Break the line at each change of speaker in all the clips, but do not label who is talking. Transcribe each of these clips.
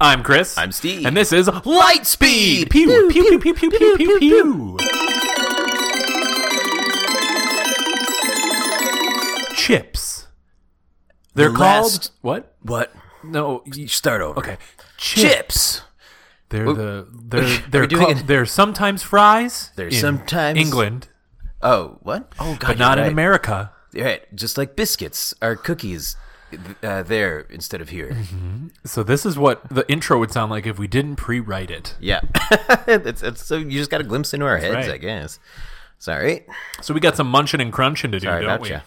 I'm Chris.
I'm Steve.
And this is Lightspeed. Pew pew pew pew pew pew pew pew. Chips. They're
The
called
last-
what?
What?
No.
You start over.
Okay.
Chips.
They're the they're
we
they're
doing
called,
it-
they're sometimes fries.
They're
in
sometimes-
England,
Oh, what? Oh, God.
but not in
you're right.
America.
You're right. Just like biscuits are cookies uh, there instead of here.
So this is what the intro would sound like if we didn't pre-write it.
yeah. it's, it's, so you just got a glimpse into our heads,
right.
I guess. Sorry.
So we got some munching and crunching to do,
Sorry
don't
about
we?
you.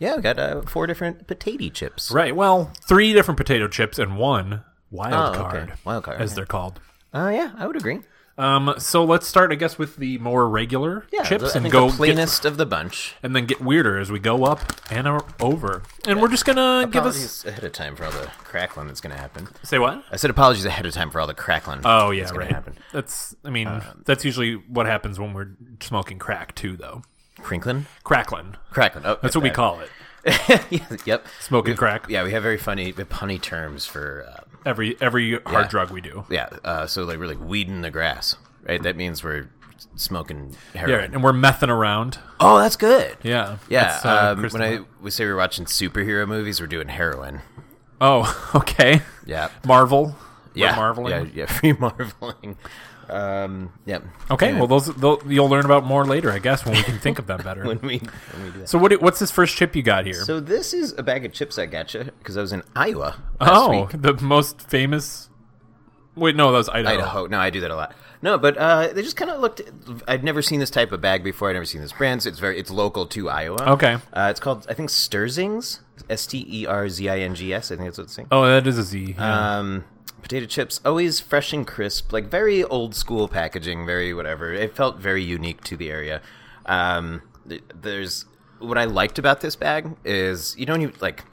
Yeah, we got uh, four different potato chips.
Right. Well, three different potato chips and one wild
Oh, okay.
card,
Wild card,
as
yeah.
they're called.
Oh, yeah. I would agree.
Um, so let's start, I guess, with the more regular
Yeah.
chips
the, I
and
think
go
the
get-
plainest of the bunch.
and then get weirder as we go up and o- over. And we're just gonna give us
Apologies ahead of time for all the crackling that's going to happen.
say what?
I said apologies ahead of time for all the crackling.
Oh yeah,
that's gonna
right.
happen. Um,
That's I mean that's usually what happens when we're smoking crack too, though.
Crinkling?
Cracklin.
Crackling. Oh,
That's what we call it.
yeah, yep.
Smoking
We've-
crack.
Yeah, we have very funny, punny terms for um,
Every every hard drug we do.
Yeah, uh, so like we're like weeding the grass, right? That means we're smoking
Yeah,
heroin.
right. and we're mething around.
Oh, that's good.
Yeah.
Yeah,
That's, uh,
um,
Kristen-
when I we say we're watching superhero movies, we're doing heroin.
Oh, okay.
Yeah,
Marvel. We're
yeah,
marveling.
Yeah, yeah, free marveling. Um, yeah.
Okay,
Yeah.
well, those tho- you'll learn about more later, I guess, when we can think of them better.
When we, when we do that.
so, what, do- what's this first chip you got here?
So this is a bag of chips I gotcha because I was in Iowa last
oh,
week.
the most famous. Wait, no, that was Idaho.
Idaho. No, I do that a lot. No, but uh, they just kind of looked. I'd never seen this type of bag before. I'd never seen this brand. So it's very it's local to Iowa.
Okay.
Uh, it's called I think Sterzings. S T E R Z I N G S. I think that's what it's saying.
Oh, that is a Z. yeah.
Um, potato chips, always fresh and crisp, like very old school packaging, very whatever. It felt very unique to the area. Um, th- there's what I liked about this bag is you don't even like,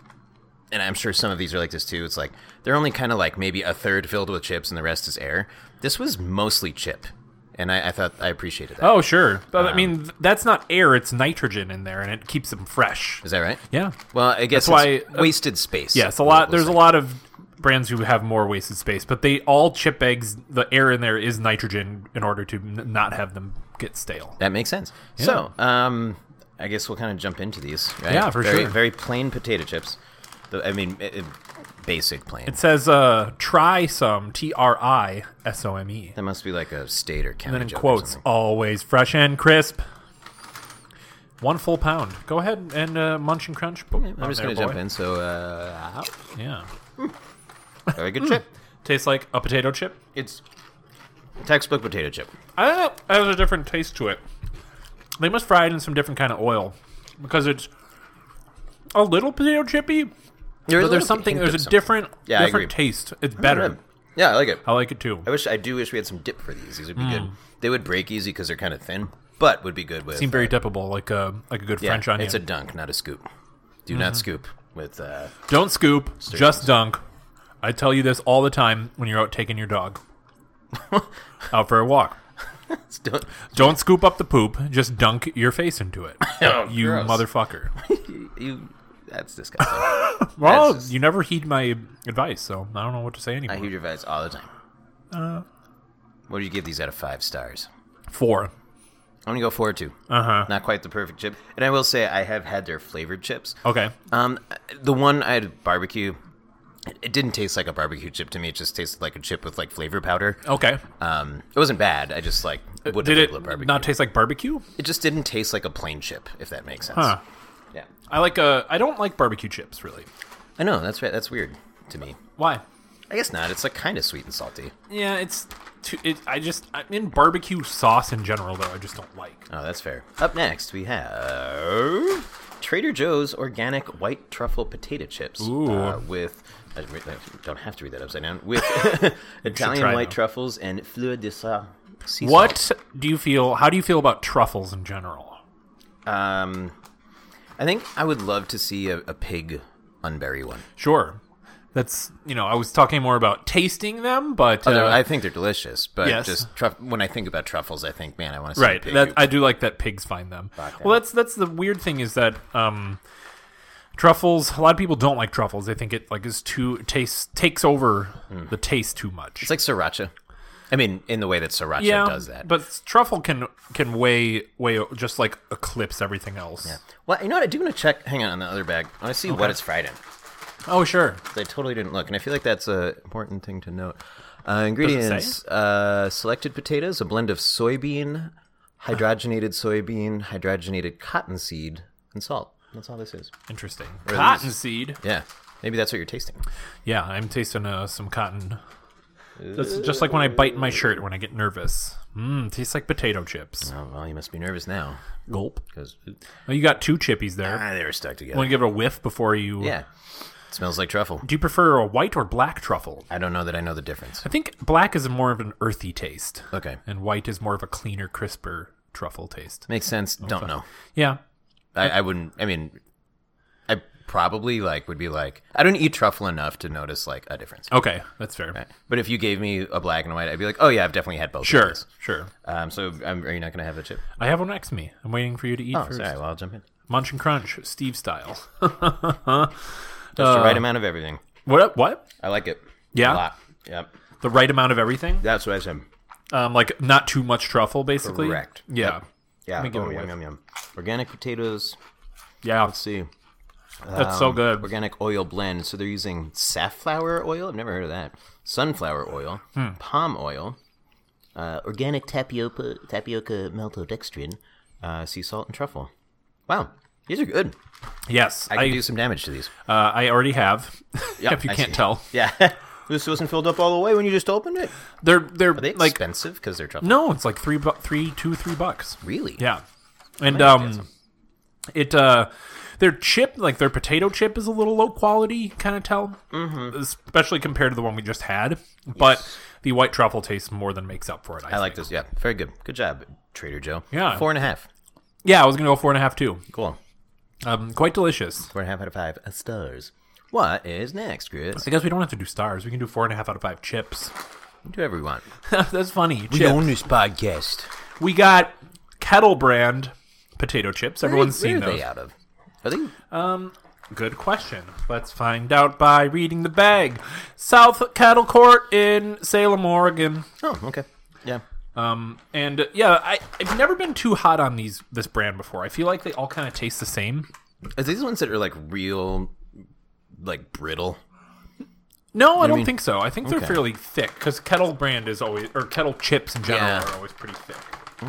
and I'm sure some of these are like this too. It's like they're only kind of like maybe a third filled with chips and the rest is air. This was mostly chip, and I, I thought I appreciated that. Is
oh, sure. But,
um,
I mean, th- that's not air; it's nitrogen in there, and it keeps them fresh.
that right?
Yeah.
Well, I guess
That's
it's
why-
wasted space.
Yes, a lot.
We'll
There's a
say.
lot of brands who have more wasted space, but they all chip eggs. The air in there is nitrogen in order to n- not have them get stale.
That makes sense. So, um, I guess we'll kind of jump into these. Right?
Yeah, for
very,
sure.
Very plain potato chips. The- I mean, i- i- basic plain.
It says, uh, "Try some." T R I S O M E.
that must be like a state or county.
And then in
joke or
quotes,
something.
always fresh and crisp. One full pound. Go ahead and uh, munch and crunch.
I'm just gonna jump in. So, uh,
in. Yeah.
very good chip.
Hmm. Tastes like a potato chip.
It's textbook potato chip.
I don't know. It has a different taste to it. They must fry it in some different kind of oil because it's a little potato chippy, but there's something, there's a different,
Yeah, I
different
agree.
taste. It's
Yeah.
better.
Yeah, I like it.
I like it too.
I wish I do wish we had some dip for these. These would be good. They would break easy because they're kind of thin, but would be good with
Hmm. Seem very dippable, like a like a good
yeah,
French onion. Mm-hmm.
It's a dunk, not a scoop. Do not scoop with uh,
Don't scoop, just dunk. I tell you this all the time when you're out taking your dog out for a walk.
don't,
Don't scoop up the poop, just dunk your face into it. you
gross.
motherfucker.
you. That's disgusting.
Well,
That's just-
you never heed my advice, so I don't know what to say
I
anymore.
hear your advice all the time.
Uh.
what do you give these out of five stars?
Four.
I'm gonna go four or two. Uh
Uh-huh.
huh. Not quite the perfect chip, and I will say I have had their flavored chips.
Okay.
Um, the one I had at barbecue, it didn't taste like a barbecue chip to me. It just tasted like a chip with like flavor powder.
Okay.
Um, it wasn't bad. I just like wouldn't
Uh, Did
have labeled
it not taste like barbecue?
it just didn't taste like a plain chip, if that makes sense.
Huh.
Yeah.
I like uh I don't like barbecue chips really.
I know that's right. That's weird to me.
Why?
I guess not. It's like kind of sweet and salty.
Yeah, it's too, it, I just I mean barbecue sauce in general though I just don't like.
Oh, that's fair. Up next, we have Trader Joe's organic white truffle potato chips Uh, with. I re- I don't have to read that upside down. With Italian
try
white
them.
truffles and fleur de sel. sea
What do you feel how do you feel about truffles in general?
salt. Um, I think I would love to see a, a pig unberry one.
Sure. That's you know, I was talking more about tasting them, but
Although
uh,
I think they're delicious, but
Yes.
just truff- when I think about truffles, I think, man, I want to see a
right.
pig.
That
who-
I do like that pigs find them. Well, that's that's the weird thing is that um, Truffles. A lot of people don't like truffles. They think it like is too it tastes takes over the taste too much.
Hmm. It's like sriracha. I mean, in the way that sriracha does that.
But truffle can can weigh weigh just like eclipse everything else.
Well, you know what? I do want to check. Hang on, on the other bag. I want to see what it's fried in.
Oh sure.
'Cause I totally didn't look, and I feel like that's a important thing to note. Uh,
Does
ingredients: uh, selected potatoes, a blend of soybean, hydrogenated soybean, hydrogenated cottonseed, and salt. That's all this is.
Interesting.
these-
Cottonseed.
Yeah, maybe that's what you're tasting.
Yeah, I'm tasting uh, some cotton. That's just like when I bite my shirt when I get nervous. Mmm, tastes like potato chips.
Oh well, you must be nervous now
Gulp.
because
Well, you got two chippies there.
they were stuck together.
Want to give it a whiff before you?
yeah, smells like truffle.
Do you prefer a white or black truffle?
I don't know that I know the difference.
I think black is more of an earthy taste,
Okay,
and white is more of a cleaner, crisper truffle taste.
makes sense. Don't know.
Yeah.
I, I wouldn't. I mean, I probably like would be like I don't eat truffle enough to notice like a difference.
Okay, that's fair.
But if you gave me a black and white, I'd be like, oh yeah, I've definitely had both. Of
Sure,
these.
sure.
Um. So um, are you not gonna have a chip?
I have one next to me. I'm waiting for you to eat
Oh,
first.
sorry. Well, I'll jump in.
Munch and crunch, Steve style.
Just the right amount of everything.
what? What?
I like it.
Yeah?
A lot. Yep.
The right amount of everything.
That's what I said.
um, like not too much truffle, basically.
Correct.
Yeah,
Yeah.
me give
oh,
it a
yum
whiff.
yum yum. Organic potatoes.
yeah,
Let's see.
that's
Um,
so good.
organic oil blend. So they're using safflower oil. I've never heard of that. Sunflower oil, palm oil, uh, organic tapioca, tapioca maltodextrin, uh, sea salt, and truffle. Wow, these are good.
Yes,
I can
I
do some damage to these.
uh, I already have.
Yeah,
if you
I
can't
see.
tell,
Yeah, this wasn't filled up all the way when you just opened it.
they're they're
Are they
like
expensive because they're truffle?
no, it's like three bu- three two three bucks.
Really?
Yeah, and
have to get
um, it uh, their chip like their potato chip is a little low quality. Kind of tell, mm-hmm. especially compared to the one we just had. But the white truffle taste more than makes up for it. I,
I
think.
like this. Yeah, very good. Good job, Trader Joe.
Yeah.
four and a half.
Yeah, I was gonna go four and a half too.
Cool.
Um, quite delicious.
Four and a half out of five stars. What is next, Chris?
I guess we don't have to do stars. We can do four and a half out of five chips.
Do whatever you want.
That's funny. Chips.
this podcast.
We got Kettle Brand potato chips. Everyone's
Where
seen
are
those.
they out of? Are they
Good question. Let's find out by reading the bag. South Cattle Court in Salem, Oregon.
Oh, okay. Yeah.
Um, and uh, yeah, I, I've never been too hot on these this brand before. I feel like they all kind of taste the same.
Are these ones that are like real, like brittle?
No, I don't think so. I think they're
Okay.
fairly thick because Kettle Brand is always or Kettle chips in general
Yeah.
are always pretty thick.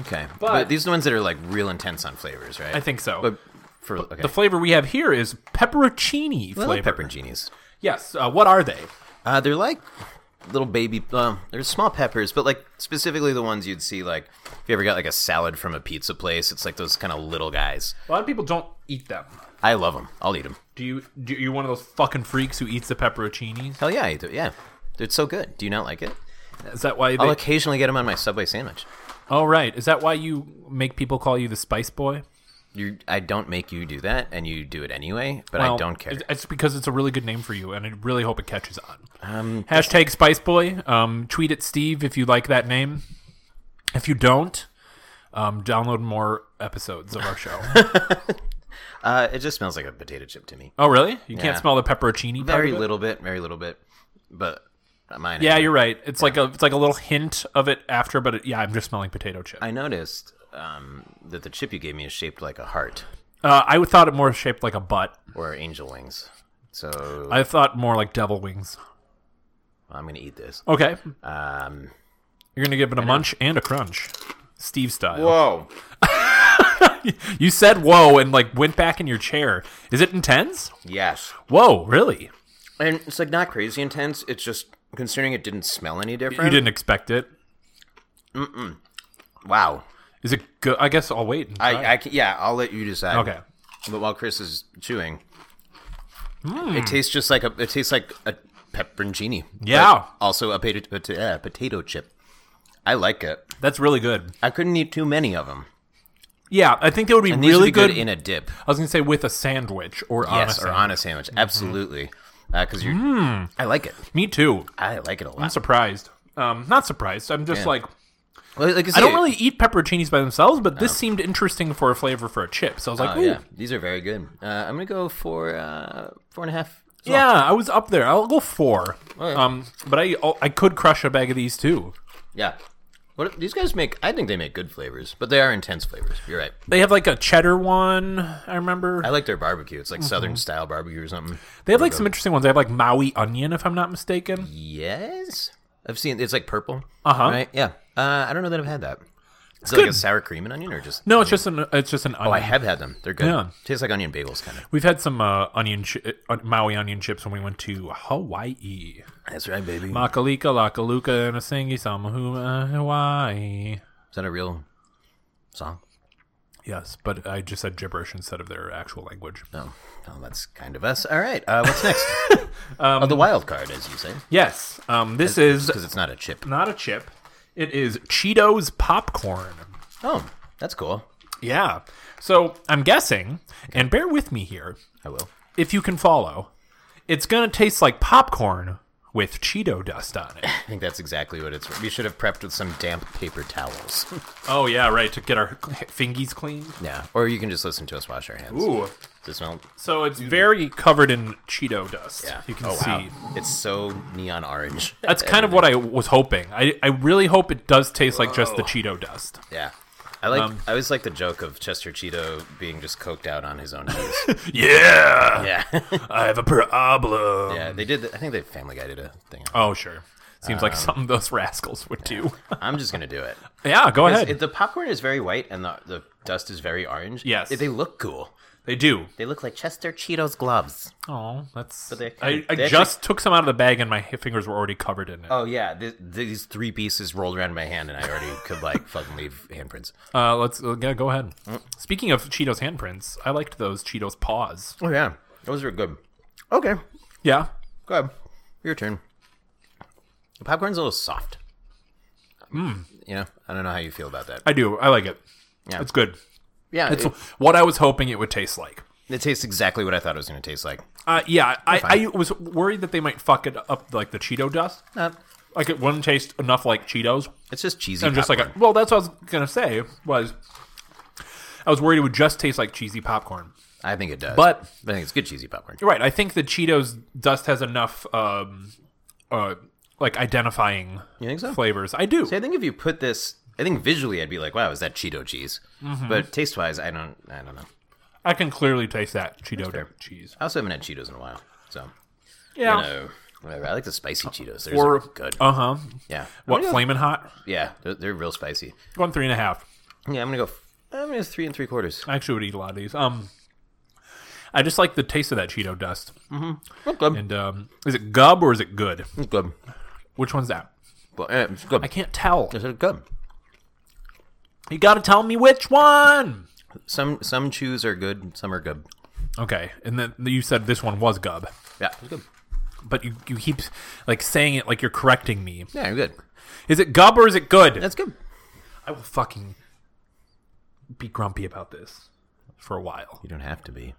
Okay. But,
But-
these are the ones that are like real intense on flavors, right?
I think so.
But for okay.
the flavor we have here is pepperoncini
I
flavor.
like pepperoncinis.
Yes. Uh, what are they?
Uh, they're like little baby. Uh, they're small peppers, but like specifically the ones you'd see like if you ever got like a salad from a pizza place. It's like those kind of little guys.
A lot of people don't eat them.
I love them. I'll eat them.
Do you do you one of those fucking freaks who eats the pepperoncinis?
Hell yeah, I eat them. Yeah, it's so good. Do you not like it?
Is that why?
I'll
They,
occasionally get them on my Subway sandwich.
oh right, is that why you make people call you the Spice Boy?
You, I don't make you do that, and you do it anyway. But I
Well,
don't care.
It's, it's because it's a really good name for you, and I really hope it catches on.
Um,
Hashtag Spice Boy. Um, tweet at Steve if you like that name. If you don't, um, download more episodes of our show.
Uh, it just smells like a potato chip to me.
oh really? You can't
Yeah.
smell the pepperoncini? part
Very
of it?
little bit, very little bit, but not mine.
Yeah, you're right. It's like a it's like a little hint of it after, but it, yeah, I'm just smelling potato chip.
I noticed um, that the chip you gave me is shaped like a heart
Uh, I would thought it more shaped like a butt.
or angel wings. So
I thought more like devil wings.
I'm gonna eat this.
Okay,
Um,
you're gonna give it a munch and a crunch, Steve style.
Whoa!
You said whoa and like went back in your chair. Is it intense?
Yes,
Whoa, really?
and it's like not crazy intense. It's just considering it didn't smell any different.
You didn't expect it.
Wow.
Is it good? I guess I'll wait. And try.
I, I can, yeah, I'll let you decide.
okay.
But while Chris is chewing,
Hmm.
it tastes just like a. It tastes like a pepperoncini. but
Yeah.
Also a potato, pota- uh, potato chip. I like it.
That's really good.
I couldn't eat too many of them.
Yeah, I think that would be
These
really
would be good,
good.
in a dip.
I was gonna say with a sandwich or on a
Yes, or
sandwich.
on a sandwich. Absolutely. Because you're.
Hmm.
I like it.
Me too.
I like it a
I'm
lot.
surprised. Um, not surprised. I'm just like
Like, like
I don't
say-
really eat pepperoncinis by themselves, but this seemed interesting for a flavor for a chip. So I was like,
Oh,
Ooh.
yeah, these are very good. Uh, I'm gonna go for uh, four and a half. as well.
Yeah, I was up there. I'll go four.
right.
Um, but I I could crush a bag of these too.
yeah. What these guys make? I think they make good flavors, but they are intense flavors. You're right.
They have like a cheddar one. I remember
I like their barbecue. It's like
Mm-hmm.
southern style barbecue or something.
they have like some interesting ones. They have like Maui onion, if I'm not mistaken.
Yes, I've seen. It's like purple.
Uh-huh.
Right. Yeah. Uh, I don't know that I've had that. Is it like a
good.
sour cream and onion, or just?
No, it's just an it's just an onion.
Oh, I have had them. They're good.
Yeah.
Tastes like onion bagels, kind of.
We've had some uh, onion chi- uh, Maui onion chips when we went to Hawaii.
That's right, baby.
Makalika, Lakaluka, and a singy Samahua, Hawaii.
Is that a real song?
Yes, but I just said gibberish instead of their actual language.
No. No, that's kind of us. All right. Uh, what's next? oh, the wild card, as you say,
Yes, um, this Um, is
because it's not a chip.
not a chip. It is Cheetos popcorn.
Oh, that's cool.
Yeah. So I'm guessing, and bear with me here,
I will.
if you can follow, it's going to taste like popcorn with Cheeto dust on it.
I think that's exactly what it's. We should have prepped with some damp paper towels.
oh, yeah, right, to get our fingies clean.
yeah, or you can just listen to us wash our hands.
Ooh.
Does it smell?
So it's very covered in Cheeto dust.
Yeah,
You can
oh,
see.
wow. It's so neon orange.
That's kind of what I was hoping. I, I really hope it does taste like just the Cheeto dust.
yeah. I like.
Um,
I always like the joke of Chester Cheeto being just coked out on his own cheese.
Yeah,
yeah,
I have a problem.
yeah. They did. I think the Family Guy did a thing. on it.
Oh, sure. Seems like something those rascals would do.
I'm just gonna do it.
yeah, go ahead.
It- the popcorn is very white and the, the dust is very orange.
Yes.
they look cool.
they do.
They look like Chester Cheeto's gloves.
Oh, that's.
they're
I,
kind-
I
they
just took some out of the bag and my fingers were already covered in it.
Oh yeah, th- these three pieces rolled around my hand, and I already could like fucking leave handprints.
Uh, let's uh, yeah, go ahead.
Mm.
Speaking of Cheetos handprints, I liked those Cheetos paws.
Oh yeah, those are good. Okay,
Yeah,
go ahead. Your turn. The popcorn's a little soft. Mm. You know, I don't know how you feel about that.
Hmm. I do. I like it.
Yeah.
It's good.
yeah,
It's
it,
what I was hoping it would taste like.
it tastes exactly what I thought it was going to taste like.
Uh, yeah, I, I was worried that they might fuck it up like the Cheeto dust.
Uh,
Like it wouldn't taste enough like Cheetos.
it's just cheesy.
And just like, a,
popcorn.
well, that's what I was gonna say was, I was worried it would just taste like cheesy popcorn.
I think it does,
But-
I think it's good cheesy popcorn.
You're right. I think the Cheetos dust has enough, um, uh, like identifying
You think so?
flavors. I do.
See, I think if you put this, I think visually I'd be like, "Wow, is that Cheeto cheese?"
Mm-hmm.
But taste wise, I don't, I don't know.
I can clearly taste that Cheeto cheese.
I also haven't had Cheetos in a while, so
Yeah.
you know, whatever. I like the spicy Cheetos. Those
Or-
are good.
Uh huh.
yeah. I'm
What
gonna go-
flaming hot?
Yeah, they're, they're real spicy.
Going three and a half.
Yeah, I'm gonna go. f- I'm gonna go three and three quarters.
I actually would eat a lot of these. Um, I just like the taste of that Cheeto dust.
It's good.
And um, is it gub or is it good?
It's Mm, good.
Which one's that?
But, uh, it's good.
I can't tell.
It's good.
You gotta tell me which one.
Some some chews are good. Some are good.
Okay, and then you said this one was gub,
Yeah, it's good.
but you you keep like saying it like you're correcting me.
Yeah, you're good.
Is it gub or is it good?
That's good.
I will fucking be grumpy about this for a while.
You don't have to be.